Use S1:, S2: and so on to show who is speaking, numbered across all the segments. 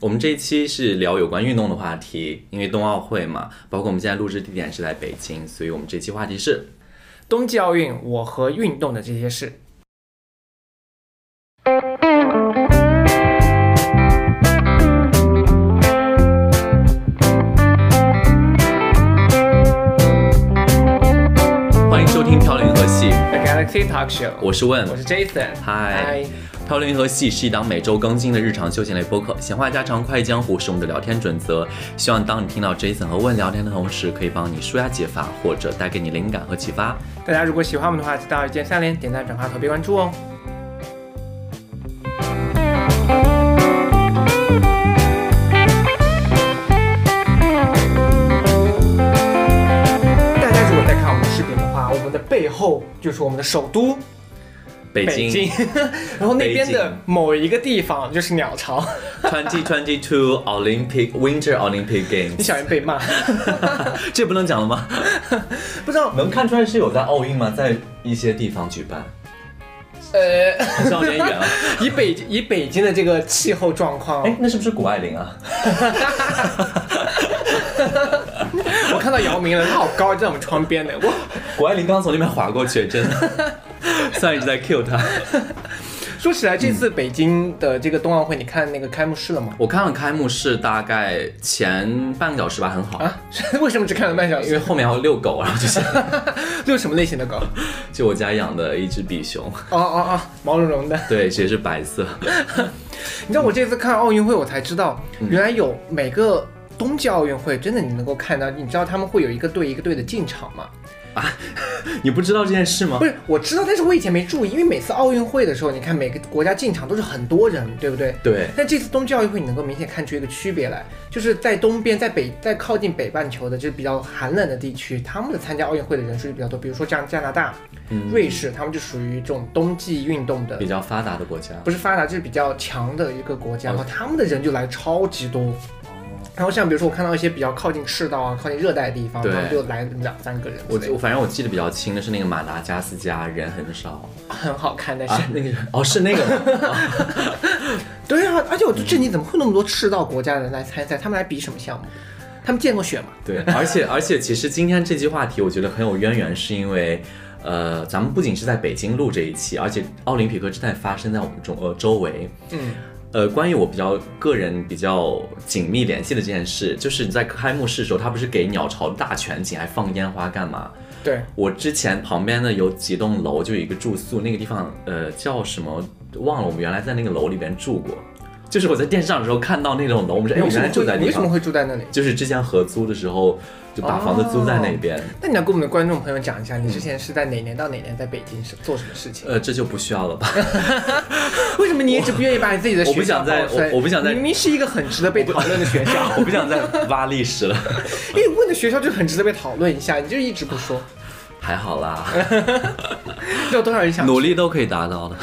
S1: 我们这一期是聊有关运动的话题，因为冬奥会嘛，包括我们现在录制地点是在北京，所以我们这期话题是
S2: 冬季奥运，我和运动的这些事。
S1: 欢迎收听《漂流银河系》，
S2: The Galaxy Talk Show，
S1: 我是问
S2: 我，是 Jason，
S1: 嗨
S2: 嗨，
S1: 《漂流银河系》是一档每周更新的日常休闲类播客，闲话家常、快意江湖是我们的聊天准则。希望当你听到 Jason 和问聊天的同时，可以帮你舒压解乏，或者带给你灵感和启发。
S2: 大家如果喜欢我们的话，记得一键三连、点赞、转发、投币、关注哦。大家如果在看我们的视频的话，我们的背后就是我们的首都
S1: 北
S2: 北京， 然后那边的某一个地方就是鸟巢。
S1: 2022 Olympic Winter Olympic
S2: 你
S1: Games，
S2: 小心被骂，
S1: 这不能讲了吗？
S2: 不知道
S1: 能看出来是有在奥运吗？在一些地方举办，
S2: 呃，
S1: 好像有点远啊。
S2: 以北以北京的这个气候状 况，
S1: 哎，那是不是谷爱凌啊？
S2: 我看到姚明了，他好高，就在我们窗边的。我
S1: 谷爱凌刚从那边划过去，真的。 虽然一直在 cue 她。
S2: 说起来，这次北京的这个冬奥会，你看那个开幕式了吗？
S1: 我看了开幕式大概前半个小时吧，很好，
S2: 啊， 为什么只看了半小
S1: 因为
S2: 时？
S1: 后面还有遛狗，然后就是
S2: 遛什么类型的狗？
S1: 就我家养的一只比熊，
S2: 哦哦哦，毛茸茸的。
S1: 对，也是白色。
S2: 你知道我这次看奥运会，我才知道原来有每个冬季奥运会，真的你能够看到，你知道他们会有一个队一个队的进场吗？
S1: 你不知道这件事吗
S2: 不？是，我知道，但是我以前没注意，因为每次奥运会的时候，你看每个国家进场都是很多人，对不对？
S1: 对，
S2: 但这次冬季奥运会，你能够明显看出一个区别来，就是在东边，在北，在靠近北半球的，就是比较寒冷的地区，他们的参加奥运会的人数就比较多。比如说像加拿大、瑞士，他们就属于这种冬季运动的
S1: 嗯比，较发达的国家，
S2: 不是发达，就是比较强的一个国
S1: 哦
S2: 家，然后他们的人就来超级多。然后像比如说我看到一些比较靠近赤道啊、靠近热带的地方，他
S1: 对
S2: 们就来两三个人之
S1: 我
S2: 类的，
S1: 我反正我记得比较清的是那个马达加斯加，人很少
S2: 很好看。但是，
S1: 啊，那个人哦是那个吗
S2: 对啊，而且我
S1: 嗯
S2: 就震惊，怎么会那么多赤道国家的人来参赛？他们来比什么项目？他们见过雪吗？
S1: 对，而且而且，其实今天这期话题我觉得很有渊源，是因为，呃，咱们不仅是在北京录这一期，而且奥林匹克正在发生在我们中呃周围。
S2: 嗯，
S1: 呃，关于我比较个人比较紧密联系的这件事，就是你在开幕式的时候，他不是给鸟巢大全景，还放烟花干嘛？
S2: 对。
S1: 我之前旁边呢有几栋楼，就有一个住宿，那个地方呃叫什么忘了，我们原来在那个楼里边住过。就是我在电视上的时候看到那种楼，我们说哎，
S2: 你
S1: 我们
S2: 为什
S1: 原来
S2: 么
S1: 住
S2: 会
S1: 在
S2: 你
S1: 地
S2: 为什
S1: 方
S2: 么。会住在那里？
S1: 就是之前合租的时候，就把房子租在那边。
S2: 那你要跟我们的观众朋友讲一下，你之前是在哪年到哪年在北京是做什么事情？
S1: 呃，这就不需要了吧？
S2: 为什么你也只不愿意把你自己的
S1: 呃我
S2: 学
S1: 不
S2: 校
S1: 想再
S2: 爆出来
S1: 我我不想再
S2: 明明是一个很值得被讨论的学校，
S1: 我不想再挖历史了，
S2: 因为问的学校就很值得被讨论一下，你就一直不说，
S1: 还好啦，
S2: 有多少人 想
S1: 努力都可以达到的。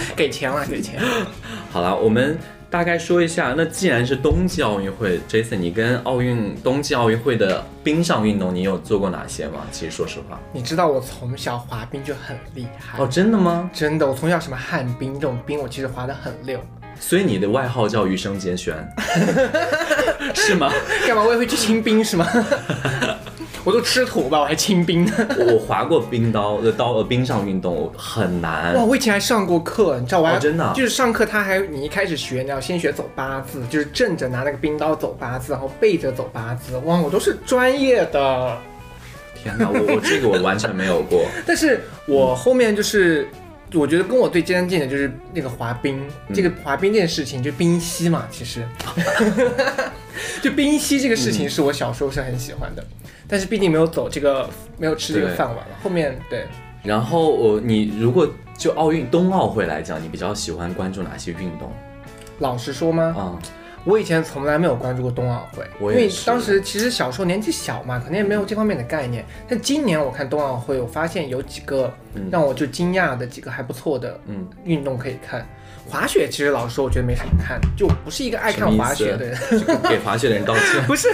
S2: 给钱了？给钱。
S1: 好啦，我们大概说一下，那既然是冬季奥运会，Jason，你跟奥运冬季奥运会的冰上运动，你有做过哪些吗？其实说实话，
S2: 你知道我从小滑冰就很厉害。
S1: 哦，真的吗？
S2: 真的，我从小什么旱冰这种冰，我其实滑得很溜。
S1: 所以你的外号叫余生节选， 是吗？
S2: 干嘛我也会去清冰是吗？ 我都吃土吧，我还清冰呢。
S1: 我我滑过冰刀的刀呃冰上运动很难
S2: 哇，，我以前还上过课，你知道我
S1: 嗯
S2: 还、
S1: 哦真的啊
S2: 就是上课他还你一开始学你要先学走八字，就是正着拿那个冰刀走八字，然后背着走八字。哇，我都是专业的，
S1: 天哪，我我这个我完全没有过。
S2: 但是我后面就是。我觉得跟我最接近的就是那个滑冰，
S1: 嗯
S2: 这个滑冰这件事情，就冰嬉嘛，其实， 就冰嬉这个事
S1: 嗯
S2: 情是我小时候是很喜欢的，但是毕竟没有走这个，没有吃这个
S1: 对
S2: 饭碗了。后面对，
S1: 然后我你如果就奥运冬奥会来讲，你比较喜欢关注哪些运动
S2: 老实说吗？
S1: 啊、
S2: 我以前从来没有关注过冬奥会，
S1: 我
S2: 因
S1: 也
S2: 为
S1: 是
S2: 当时其实小时候年纪小嘛，可能也没有这方面的概念。但今年我看冬奥会，我发现有几个
S1: 嗯
S2: 让我就惊讶的几个还不错的
S1: 嗯，
S2: 运动可以看。滑雪其实老实说，我觉得没什么看，就不是一个爱看滑雪的人。
S1: 就给滑雪的人道歉。
S2: 不是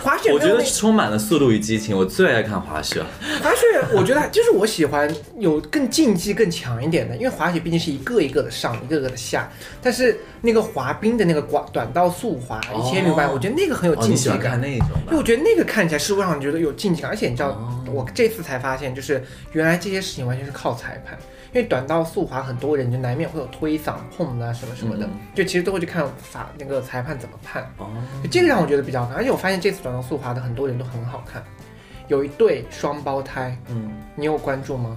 S2: 滑雪没有那，
S1: 我觉得充满了《速度与激情》，我最爱看滑雪了。
S2: 滑雪，我觉得就是我喜欢有更竞技更强一点的，因为滑雪毕竟是一个一个的上，一个个的下。但是那个滑冰的那个短短道速滑
S1: 哦
S2: 一千六百，我觉得那个很有
S1: 哦，
S2: 竞
S1: 你喜
S2: 技
S1: 欢
S2: 感。
S1: 看那种
S2: 因为我
S1: 吧？
S2: 觉得那个看起来是会让你觉得有竞技感，而且你知道，
S1: 哦
S2: 我这次才发现，就是原来这些事情完全是靠裁判。因为短道速滑，很多人就难免会有推搡、碰啊什么什么的，
S1: 嗯
S2: 就其实都会去看法那个裁判怎么判。
S1: 哦，
S2: 这个让我觉得比较烦，哎而且我发现这次短道速滑的很多人都很好看，有一对双胞胎，
S1: 嗯，
S2: 你有关注吗？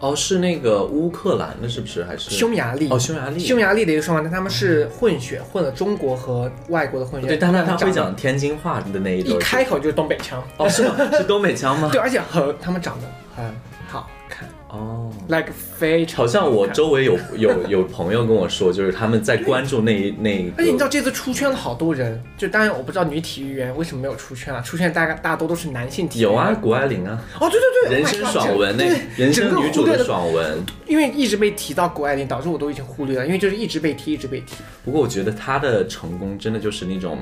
S1: 哦，是那个乌克兰的，是不是？还是
S2: 匈牙利
S1: 哦，匈牙利，
S2: 匈牙利的一个双胞胎，他们是混血，混了中国和外国的混
S1: 哦
S2: 血，
S1: 对，但是他
S2: 们
S1: 会
S2: 长得
S1: 讲天津话的那一
S2: 一
S1: 种。
S2: 开口就是东北腔，
S1: 哦，是吗？是东北腔吗？
S2: 对，而且很他们长得很好看
S1: 哦。
S2: ，like 非
S1: 好
S2: 常
S1: 像我
S2: 看
S1: 周围有有有朋友跟我说，就是他们在关注那一那一个
S2: 而且哎你知道这次出圈了好多人，就当然我不知道女体育员为什么没有出圈啊，出圈大概大多都是男性体育员
S1: 有啊，，谷爱凌啊，
S2: 哦对对对，
S1: 人
S2: Oh my
S1: 生
S2: God，
S1: 爽文那
S2: 对
S1: 人
S2: 整
S1: 生
S2: 个
S1: 女主
S2: 忽略
S1: 的
S2: 了
S1: 爽文。
S2: 因为一直被提到谷爱凌，导致我都已经忽略了，因为就是一直被提，一直被提。
S1: 不过我觉得她的成功真的就是那种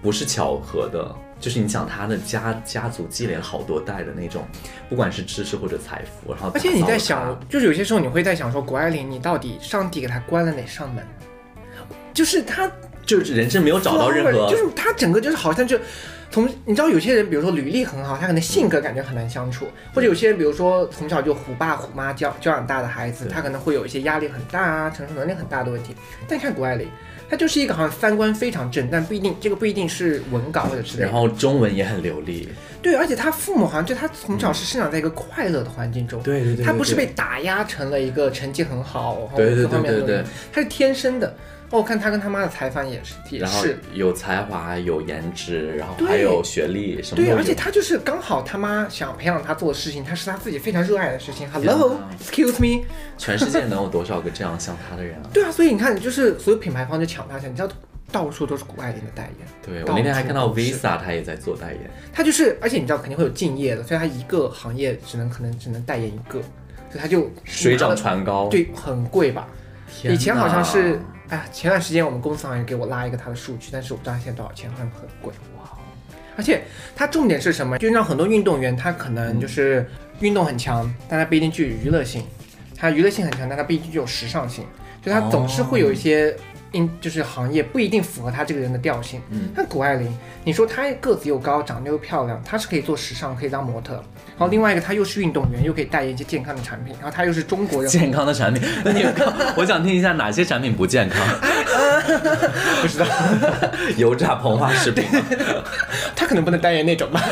S1: 不是巧合的，就是你想她的家家族积累了好多代的那种，不管是知识或者财富，然后
S2: 而且你在
S1: 打造了
S2: 想，就是有些时候你会在想说，谷爱凌，你到底上帝给她关了哪扇门？就是她
S1: 她，就是人生没有找到任何，
S2: 啊就是她整个就是好像就从你知道有些人，比如说履历很好，他可能性格感觉很难相处，或者有些人，比如说从小就虎爸虎妈教教养大的孩子，
S1: 对
S2: 他可能会有一些压力很大啊，承受能力很大的问题。但看谷爱凌，她就是一个好像三观非常正，但不一定这个不一定是文稿或者之类的
S1: 然。后中文也很流利，
S2: 对，而且他父母好像对他从小是生长在一个快乐的环境中，
S1: 对对对
S2: 他不是被打压成了一个成绩很好，然后
S1: 对对对
S2: 各方面很
S1: 对对
S2: 有能力他是天生的。哦，我看他跟他妈的采访也是，也
S1: 然后
S2: 是。
S1: 有才华、有颜值，然后
S2: 对
S1: 还有学历什么都
S2: 对，
S1: 有。
S2: 而且他就是刚好他妈想培养他做的事情，他是他自己非常热爱的事情。
S1: 哪
S2: Hello，excuse me。
S1: 全世界能有多少个这样像他的人啊？
S2: 对啊，所以你看，就是所有品牌方就抢他去，你知道到处都是谷爱凌的代言。
S1: 对 我
S2: 到
S1: 那天还
S2: 处
S1: 看到
S2: 都是
S1: Visa，他也在做代言。
S2: 他就是，而且你知道肯定会有敬业的，所以他一个行业只能可能只能代言一个，所以他就
S1: 水
S2: 拿
S1: 涨
S2: 了
S1: 船高，
S2: 对，很贵吧？
S1: 天
S2: 以前好像是
S1: 哪，
S2: 哎，前段时间我们公司好像给我拉一个他的数据，但是我不知道他现在多少钱，好像很贵。
S1: 哇，哦
S2: 而且他重点是什么？就让很多运动员他可
S1: 嗯
S2: 能就是运动很强，但他不一定具有娱乐性；他娱乐性很强，但他不一定具有时尚性。就他总是会有
S1: 哦
S2: 一些因，就是行业不一定符合他这个人的调性。
S1: 嗯，
S2: 那谷爱凌，你说她个子又高，长得又漂亮，她是可以做时尚，可以当模特。然后另外一个，她又是运动员，又可以代言一些健康的产品，然后她又是中国人，
S1: 健康的产品，那你有看？ 我想听一下哪些产品不健康？ 不知道， 油炸膨化食品啊吗，
S2: 他可能不能代言那种吧，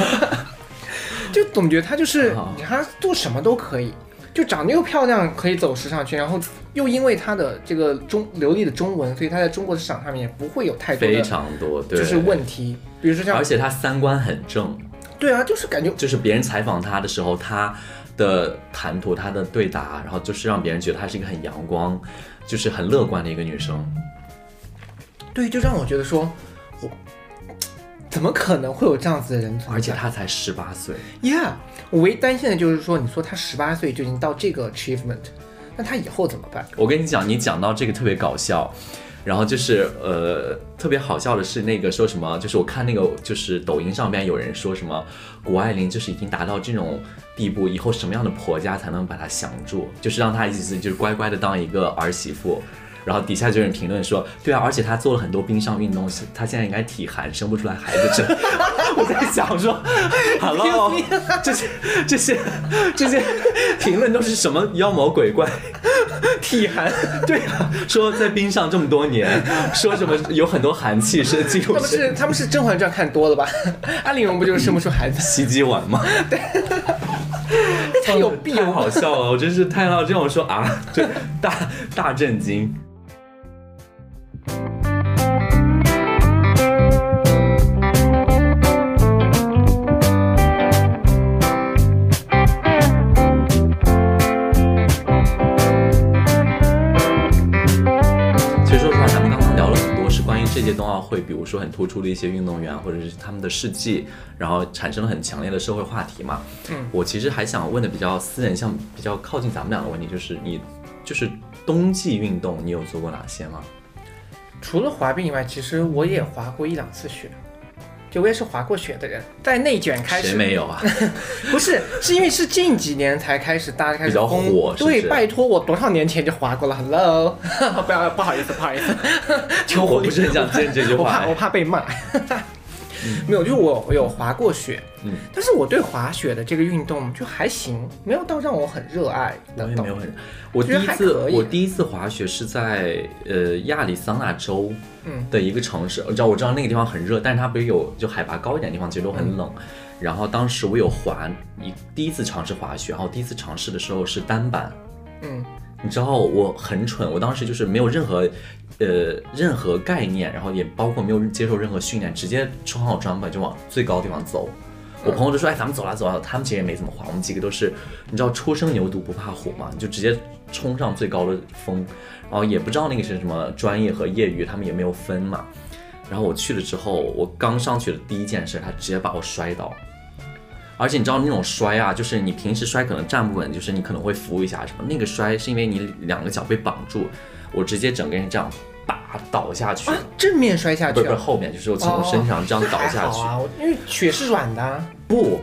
S2: 就总觉得他就是
S1: 好
S2: 他做什么都可以，就长得又漂亮，可以走时尚圈，然后又因为他的这个中流利的中文，所以他在中国的市场上面也不会有太多
S1: 非
S2: 的
S1: 常多，对，
S2: 就是问题，比如说像
S1: 而且他三观很正，
S2: 对啊，就是感觉
S1: 就是别人采访他的时候，他的谈吐、他的对答，然后就是让别人觉得她是一个很阳光，就是很乐观的一个女生。
S2: 对，就让我觉得说我。怎么可能会有这样子的人存在？
S1: 而且她才十八岁，
S2: ，Yeah，我唯一担心的就是说，你说他十八岁就已经到这个 achievement，那他以后怎么办？
S1: 我跟你讲，你讲到这个特别搞笑，然后就是呃，特别好笑的是那个说什么，就是我看那个就是抖音上边有人说什么，谷爱凌就是已经达到这种地步，以后什么样的婆家才能把她降住？就是让她意思就是乖乖的当一个儿媳妇。然后底下就有人评论说，对啊，而且她做了很多冰上运动，她现在应该体寒，生不出来孩子之类的。 我在想说 ，Hello，这些这些这些评论都是什么妖魔鬼怪？
S2: 体寒，
S1: 对啊，说在冰上这么多年，说什么有很多寒气是进入
S2: 他们
S1: 身
S2: 是他们是《甄嬛传》看多了吧？ 安陵容不就是生不出孩 子？
S1: 袭击碗吗？
S2: 太有必
S1: 太
S2: 要了。
S1: 好笑了！我真是看到这种说啊， 就大大震惊。其实说实话，咱们刚刚聊了很多，是关于这届冬奥会，比如说很突出的一些运动员，或者是他们的事迹，然后产生了很强烈的社会话题嘛。
S2: 嗯
S1: 我其实还想问的比较私人，像比较靠近咱们俩的问题，就是你就是冬季运动，你有做过哪些吗？
S2: 除了滑冰以外，其实我也滑过一两次雪，就我也是滑过雪的人，在内卷开
S1: 谁
S2: 始
S1: 没有啊？
S2: 不是，是因为是近几年才开始大家开
S1: 比
S2: 始
S1: 较
S2: 公
S1: 火是不
S2: 对，
S1: 是
S2: 拜托我多少年前就滑过了，Hello，不 要不好意思，不好意思，求
S1: 我
S2: 婚
S1: 不是很想接这句
S2: 我
S1: 话哎
S2: 怕我。怕被骂。 没有，就是我有滑过雪，
S1: 嗯
S2: 但是我对滑雪的这个运动就还行，没有到让我很热爱
S1: 我
S2: 的
S1: 也
S2: 到
S1: 没有很，我第
S2: 觉得
S1: 一
S2: 还
S1: 次
S2: 可以
S1: 我第一次滑雪是在呃亚利桑那州
S2: 嗯
S1: 的一个城市，你知道我知道那个地方很热，但是它不是有就海拔高一点的地方其实都
S2: 嗯
S1: 很冷。然后当时我有滑一第一次尝试滑雪，然后第一次尝试的时候是单板，
S2: 嗯
S1: 你知道我很蠢，我当时就是没有任何，呃，任何概念，然后也包括没有接受任何训练，直接穿好装备就往最高的地方走。我朋友就说：“哎，咱们走啦走啦。”他们其实也没怎么滑，我们几个都是，你知道初生牛犊不怕虎嘛，你就直接冲上最高的峰，然后也不知道那个是什么专业和业余，他们也没有分嘛。然后我去了之后，我刚上去的第一件事，他直接把我摔倒。而且你知道那种摔啊，就是你平时摔可能站不稳，就是你可能会扶一下什么。那个摔是因为你两个脚被绑住，我直接整个人这样叭倒下去，
S2: 啊，正面摔下
S1: 不
S2: 去
S1: 是不是
S2: 啊，
S1: 后面，就是我从我身上这样倒
S2: 还
S1: 下去。
S2: 好啊，我因为雪是软的啊，
S1: 不，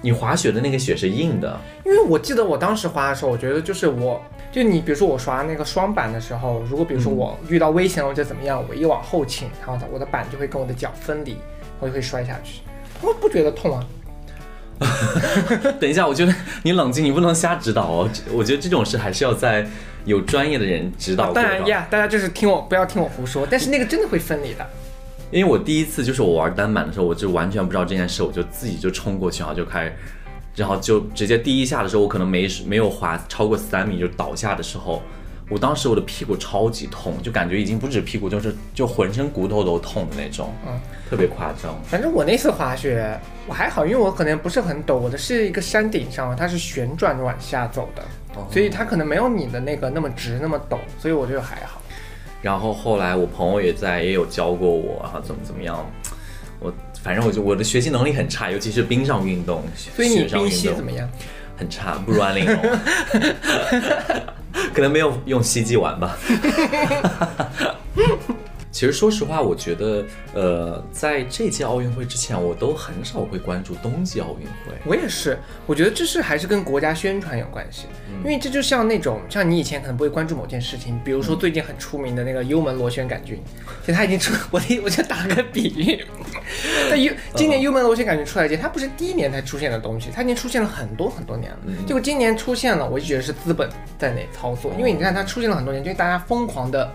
S1: 你滑雪的那个雪是硬的，
S2: 因为我记得我当时滑的时候，我觉得就是我，就你比如说我刷那个双板的时候，如果比如
S1: 嗯
S2: 说我遇到危险了或者怎么样，我一往后倾，然后我的板就会跟我的脚分离，我就会摔下去，我不觉得痛啊。
S1: 等一下，我觉得你冷静，你不能瞎指导哦。这我觉得这种事还是要在有专业的人指导
S2: 啊
S1: 过的。
S2: 当然呀，大家就是听我不要听我胡说，但是那个真的会分离的。
S1: 因为我第一次就是我玩单板的时候，我就完全不知道这件事，我就自己就冲过去，然后就开，然后就直接第一下的时候，我可能没没有滑超过三米就倒下的时候，我当时我的屁股超级痛，就感觉已经不止屁股，就是就浑身骨头都痛的那种，
S2: 嗯，
S1: 特别夸张。
S2: 反正我那次滑雪我还好，因为我可能不是很陡，我的是一个山顶上，它是旋转着往下走的，
S1: 哦
S2: 所以它可能没有你的那个那么直那么陡，所以我觉得还好。
S1: 然后后来我朋友也在也有教过我，然后怎么怎么样，我反正我就我的学习能力很差，尤其是冰上运动，
S2: 所以你
S1: 雪上
S2: 冰
S1: 运
S2: 溪
S1: 动
S2: 怎么样？
S1: 很差，不如安陵容， 可能没有用希冀玩吧。 其实说实话，我觉得，呃，在这届奥运会之前，我都很少会关注冬季奥运会。
S2: 我也是，我觉得这是还是跟国家宣传有关系，
S1: 嗯
S2: 因为这就像那种像你以前可能不会关注某件事情，比如
S1: 嗯
S2: 说最近很出名的那个幽门螺旋杆菌，其实它已经出， 我的我就打个比喻， 在
S1: 嗯
S2: 幽今年幽门螺旋杆菌出来之前，它不是第一年才出现的东西，它已经出现了很多很多年了，
S1: 嗯
S2: 结果今年出现了，我就觉得是资本在那操作，因为你看它出现了很多年，就是大家疯狂的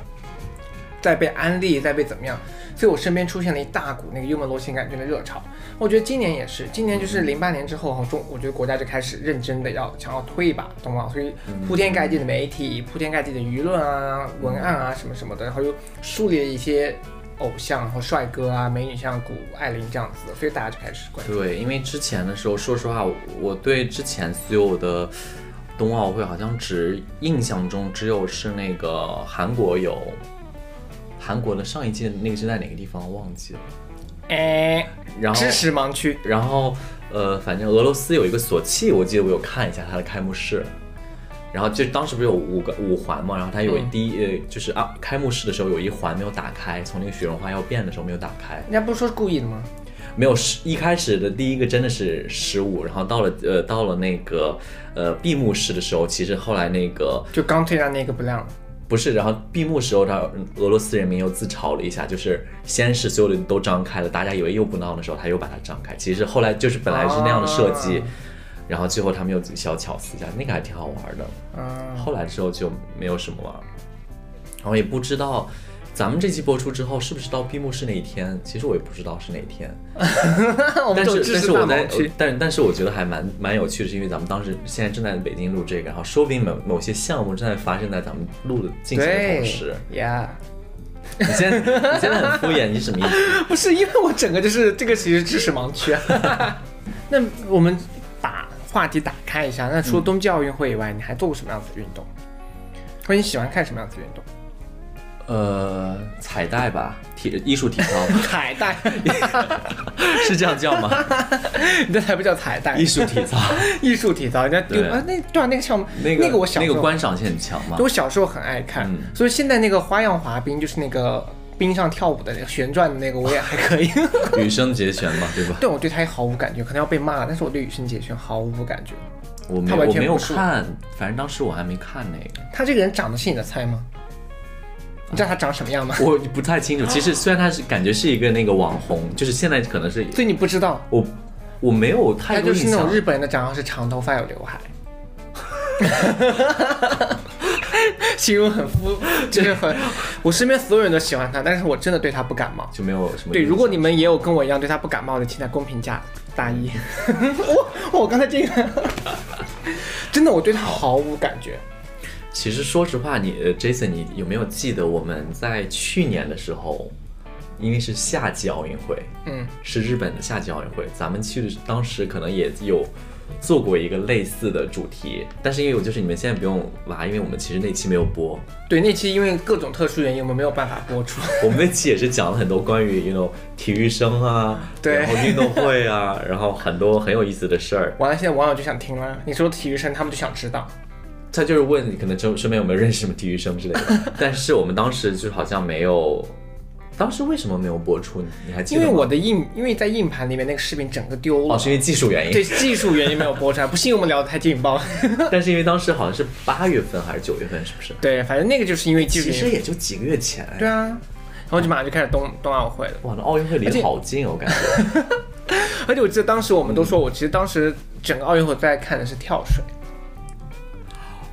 S2: 在被安利，在被怎么样，所以我身边出现了一大股那个幽门螺旋杆菌的热潮。我觉得今年也是，今年
S1: 嗯
S2: 就是零八年之后，中我觉得国家就开始认真的要想要推一把，懂吗？所以铺天盖地的媒体、铺天盖地的舆论啊、文案啊什么什么的，然后又树立了一些偶像，然后帅哥啊、美女像谷爱凌这样子的，所以大家就开始关注。
S1: 对，因为之前的时候，说实话，我我对之前所有的冬奥会好像只印象中只有是那个韩国有，韩国的上一届那个是在哪个地方忘记了，
S2: 哎，
S1: 然后
S2: 知识盲区。
S1: 然后呃，反正俄罗斯有一个索契，我记得我有看一下它的开幕式。然后就当时不是有五个五环嘛，然后它有
S2: 嗯
S1: 第一、呃，就是啊，开幕式的时候有一环没有打开，从那个雪绒花要变的时候没有打开，
S2: 人家不是说是故意的吗？
S1: 呃没有十一开始的第一个真的是十五，然后到了呃到了那个呃闭幕式的时候，其实后来那个
S2: 就刚推上那个 不亮了。
S1: 不是，然后闭幕时候他俄罗斯人民又自嘲了一下，就是先是所有的都张开了，大家以为又不闹的时候，他又把它张开，其实后来就是本来是那样的设计，
S2: 啊
S1: 然后最后他们又小巧思一下，那个还挺好玩的。
S2: 嗯，
S1: 后来之后就没有什么了，然后也不知道咱们这期播出之后是不是到闭幕式那一天，其实我也不知道是哪一天。
S2: 我们
S1: 但
S2: 走
S1: 是
S2: 知
S1: 但
S2: 识
S1: 是
S2: 大
S1: 我在
S2: 盲区。
S1: 但但是我觉得还蛮蛮有趣的，是因为咱们当时现在正在北京录这个，然后说不定某某些项目正在发生在咱们录的进行的同
S2: 对
S1: 时。
S2: 呀
S1: 你现在你现在很敷衍，你什么意 思？
S2: 不是因为我整个就是这个其实知识盲区、啊。 那我们把话题打开一下，那除了冬季奥运会以外，你还做过什么样子的运动？或者你喜欢看什么样子的运动？
S1: 呃，彩带吧，体艺术体操
S2: 彩带，
S1: 是这样叫吗？
S2: 你这才不叫彩带，
S1: 艺术体操
S2: 艺术体操，人家丢
S1: 对
S2: 啊，那对啊，那个项目，
S1: 那个
S2: 我小时
S1: 那
S2: 候
S1: 个观赏性很强嘛
S2: 对。我小时候很爱看，
S1: 嗯
S2: 所以现在那个花样滑冰就是那个。冰上跳舞的那个旋转的那个，我也还可以。
S1: 羽生结弦嘛，对吧？
S2: 对，我对他也毫无感觉，可能要被骂，但是我对羽生结弦毫无感觉。
S1: 我没
S2: 他
S1: 我
S2: 完全
S1: 没有
S2: 不是
S1: 看，反正当时我还没看那个，
S2: 他这个人长得是你的菜吗？你知道他长什么 样吗？
S1: 我不太清楚。其实虽然他是感觉是一个那个网红，就是现在可能是
S2: 所以你不知道，
S1: 我我没有太
S2: 他
S1: 多
S2: 就
S1: 印
S2: 是那
S1: 象
S2: 种。日本人的长相是长头发有刘海。 形容很肤，就是很，我身边所有人都喜欢他，但是我真的对他不感冒。
S1: 就没有什么
S2: 对，
S1: 印
S2: 如果
S1: 象
S2: 你们也有跟我一样对他不感冒的，请在公屏加大一。 我我刚才这个， 真的我对他毫无感觉。
S1: 其实说实话，你呃 Jason，你有没有记得我们在去年的时候，因为是夏季奥运会，
S2: 嗯，
S1: 是日本的夏季奥运会，咱们去的当时可能也有做过一个类似的主题，但是因为我就是你们现在不用挖，因为我们其实那期没有播，
S2: 对，那期因为各种特殊原因，我们没有办法播出。
S1: 我们那期也是讲了很多关于 you know 体育生啊，
S2: 对
S1: 然后运动会啊，然后很多很有意思的事儿。
S2: 完了，现在网友就想听了，你说体育生，他们就想知道。
S1: 他就是问你可能身身边有没有认识什么体育生之类 的，但是我们当时就好像没有，当时为什么没有播出？你还记
S2: 因
S1: 得吗？
S2: 为我的硬，因为在硬盘里面那个视频整个丢了。
S1: 哦，是因为技术原因
S2: 对，技术原因没有播出来，不信我们聊的太劲爆。
S1: 但是因为当时好像是八月份还是九月份，是不是？
S2: 对，反正那个就是因为技
S1: 其
S2: 术原
S1: 实
S2: 因。
S1: 也就几个月前。
S2: 对啊，然后就马上就开始冬冬奥会了。
S1: 哇，那奥运会离得好近哦，我感觉。
S2: 而且我记得当时我们都说，
S1: 嗯
S2: 我其实当时整个奥运会都在看的是跳水，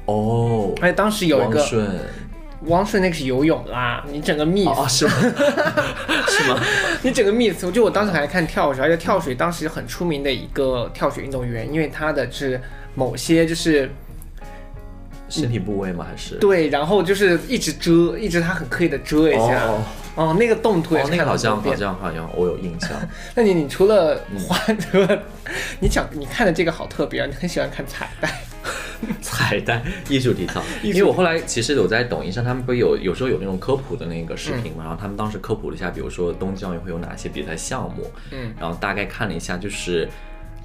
S1: 哦，
S2: 而且当时有一
S1: 汪
S2: 个
S1: 顺，
S2: 汪顺那个是游泳啦，你整个 miss，、
S1: 哦，是吗？ 是吗？
S2: 你整个 miss，就我当时还在看跳水，而且跳水当时很出名的一个跳水运动员，因为他的是某些就是
S1: 身体部位吗？还是？
S2: 对，然后就是一直遮，一直他很刻意的遮一下，
S1: 哦
S2: 哦那个动图也
S1: 哦，
S2: 是
S1: 那个
S2: 看了
S1: 好像好
S2: 很多遍。
S1: 像好像我有印象。
S2: 那你你除了花 的，你讲你看的这个好特别啊，你很喜欢看彩蛋，
S1: 彩蛋艺术体操，
S2: 艺
S1: 因
S2: 术
S1: 为我后来其实有在抖音上，他们不是有有时候有那种科普的那个视
S2: 嗯
S1: 频嘛，然后他们当时科普了一下，比如说东京奥运会有哪些比赛项目，
S2: 嗯，
S1: 然后大概看了一下，就是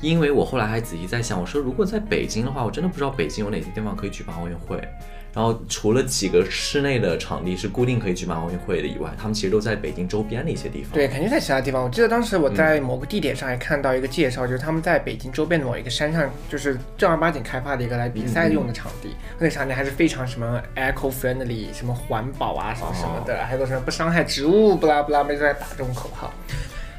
S1: 因为我后来还仔细在想，我说如果在北京的话，我真的不知道北京有哪些地方可以举办奥运会。然后除了几个室内的场地是固定可以举办奥运会的以外，他们其实都在北京周边的一些地方。
S2: 对，肯定在其他地方。我记得当时
S1: 嗯
S2: 我在某个地点上还看到一个介绍，就是他们在北京周边的某一个山上，就是正儿八经开发的一个来比
S1: 嗯
S2: 赛用的场地。那个场地还是非常什么 eco friendly，什么环保啊，什么什么的，
S1: 哦
S2: 还有什么不伤害植物，不拉不拉，没在打这种口号。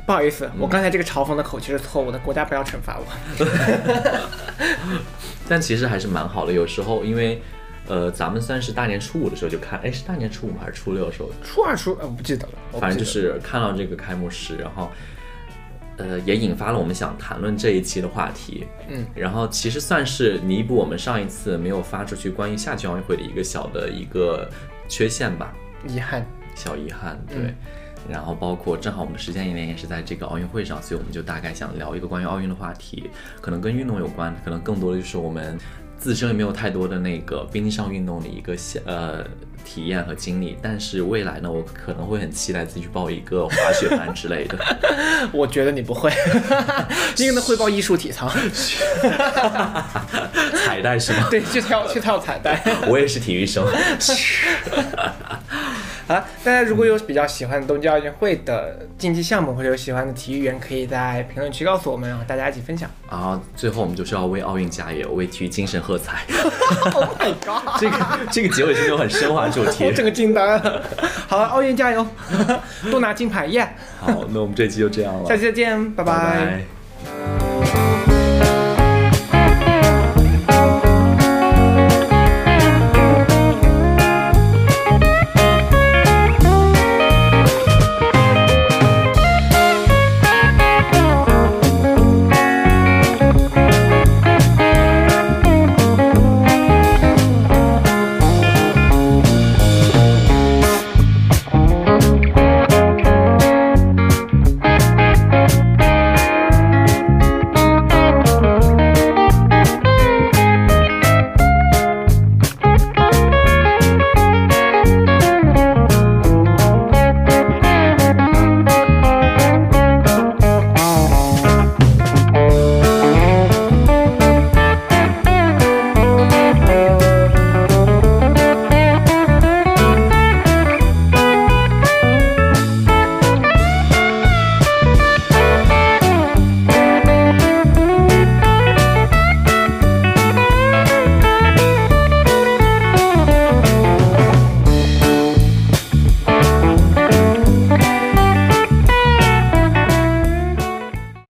S2: 不好意
S1: 嗯
S2: 思，我刚才这个嘲讽的口气是错误的，国家不要惩罚我。
S1: 但其实还是蛮好的。有时候因为，呃，咱们算是大年初五的时候就看，哎，是大年初五吗还是初六的时候
S2: 初二初呃，我不记得了，我不
S1: 反正就
S2: 记得了
S1: 是看到这个开幕式，然后，呃，也引发了我们想谈论这一期的话题。
S2: 嗯，
S1: 然后其实算是弥补我们上一次没有发出去关于夏季奥运会的一个小的一个缺陷吧，
S2: 遗憾。
S1: 小遗憾。
S2: 嗯
S1: 对。然后包括正好我们的时间也也是在这个奥运会上，所以我们就大概想聊一个关于奥运的话题，可能跟运动有关，可能更多的就是我们自身也没有太多的那个冰上运动的一个想呃体验和经历。但是未来呢，我可能会很期待自己去报一个滑雪班之类的。
S2: 我觉得你不会， 因为那汇报艺术体操，
S1: 彩带是 吗？
S2: 对，去跳去跳彩带。
S1: 我也是体育生。
S2: 好了，大家如果有比较喜欢东京奥运会的竞技项目，或者有喜欢的体育员，可以在评论区告诉我们，然后大家一起分 享。
S1: 然后最后我们就是要为奥运加油，为体育精神喝彩。
S2: Oh my god！
S1: 这个这个结尾是没有很升华主题
S2: 我。哦整个惊呆了。好了，奥 运加油，多拿金牌耶
S1: 好，那我们这期就这样了，
S2: 下期再见，拜
S1: 拜拜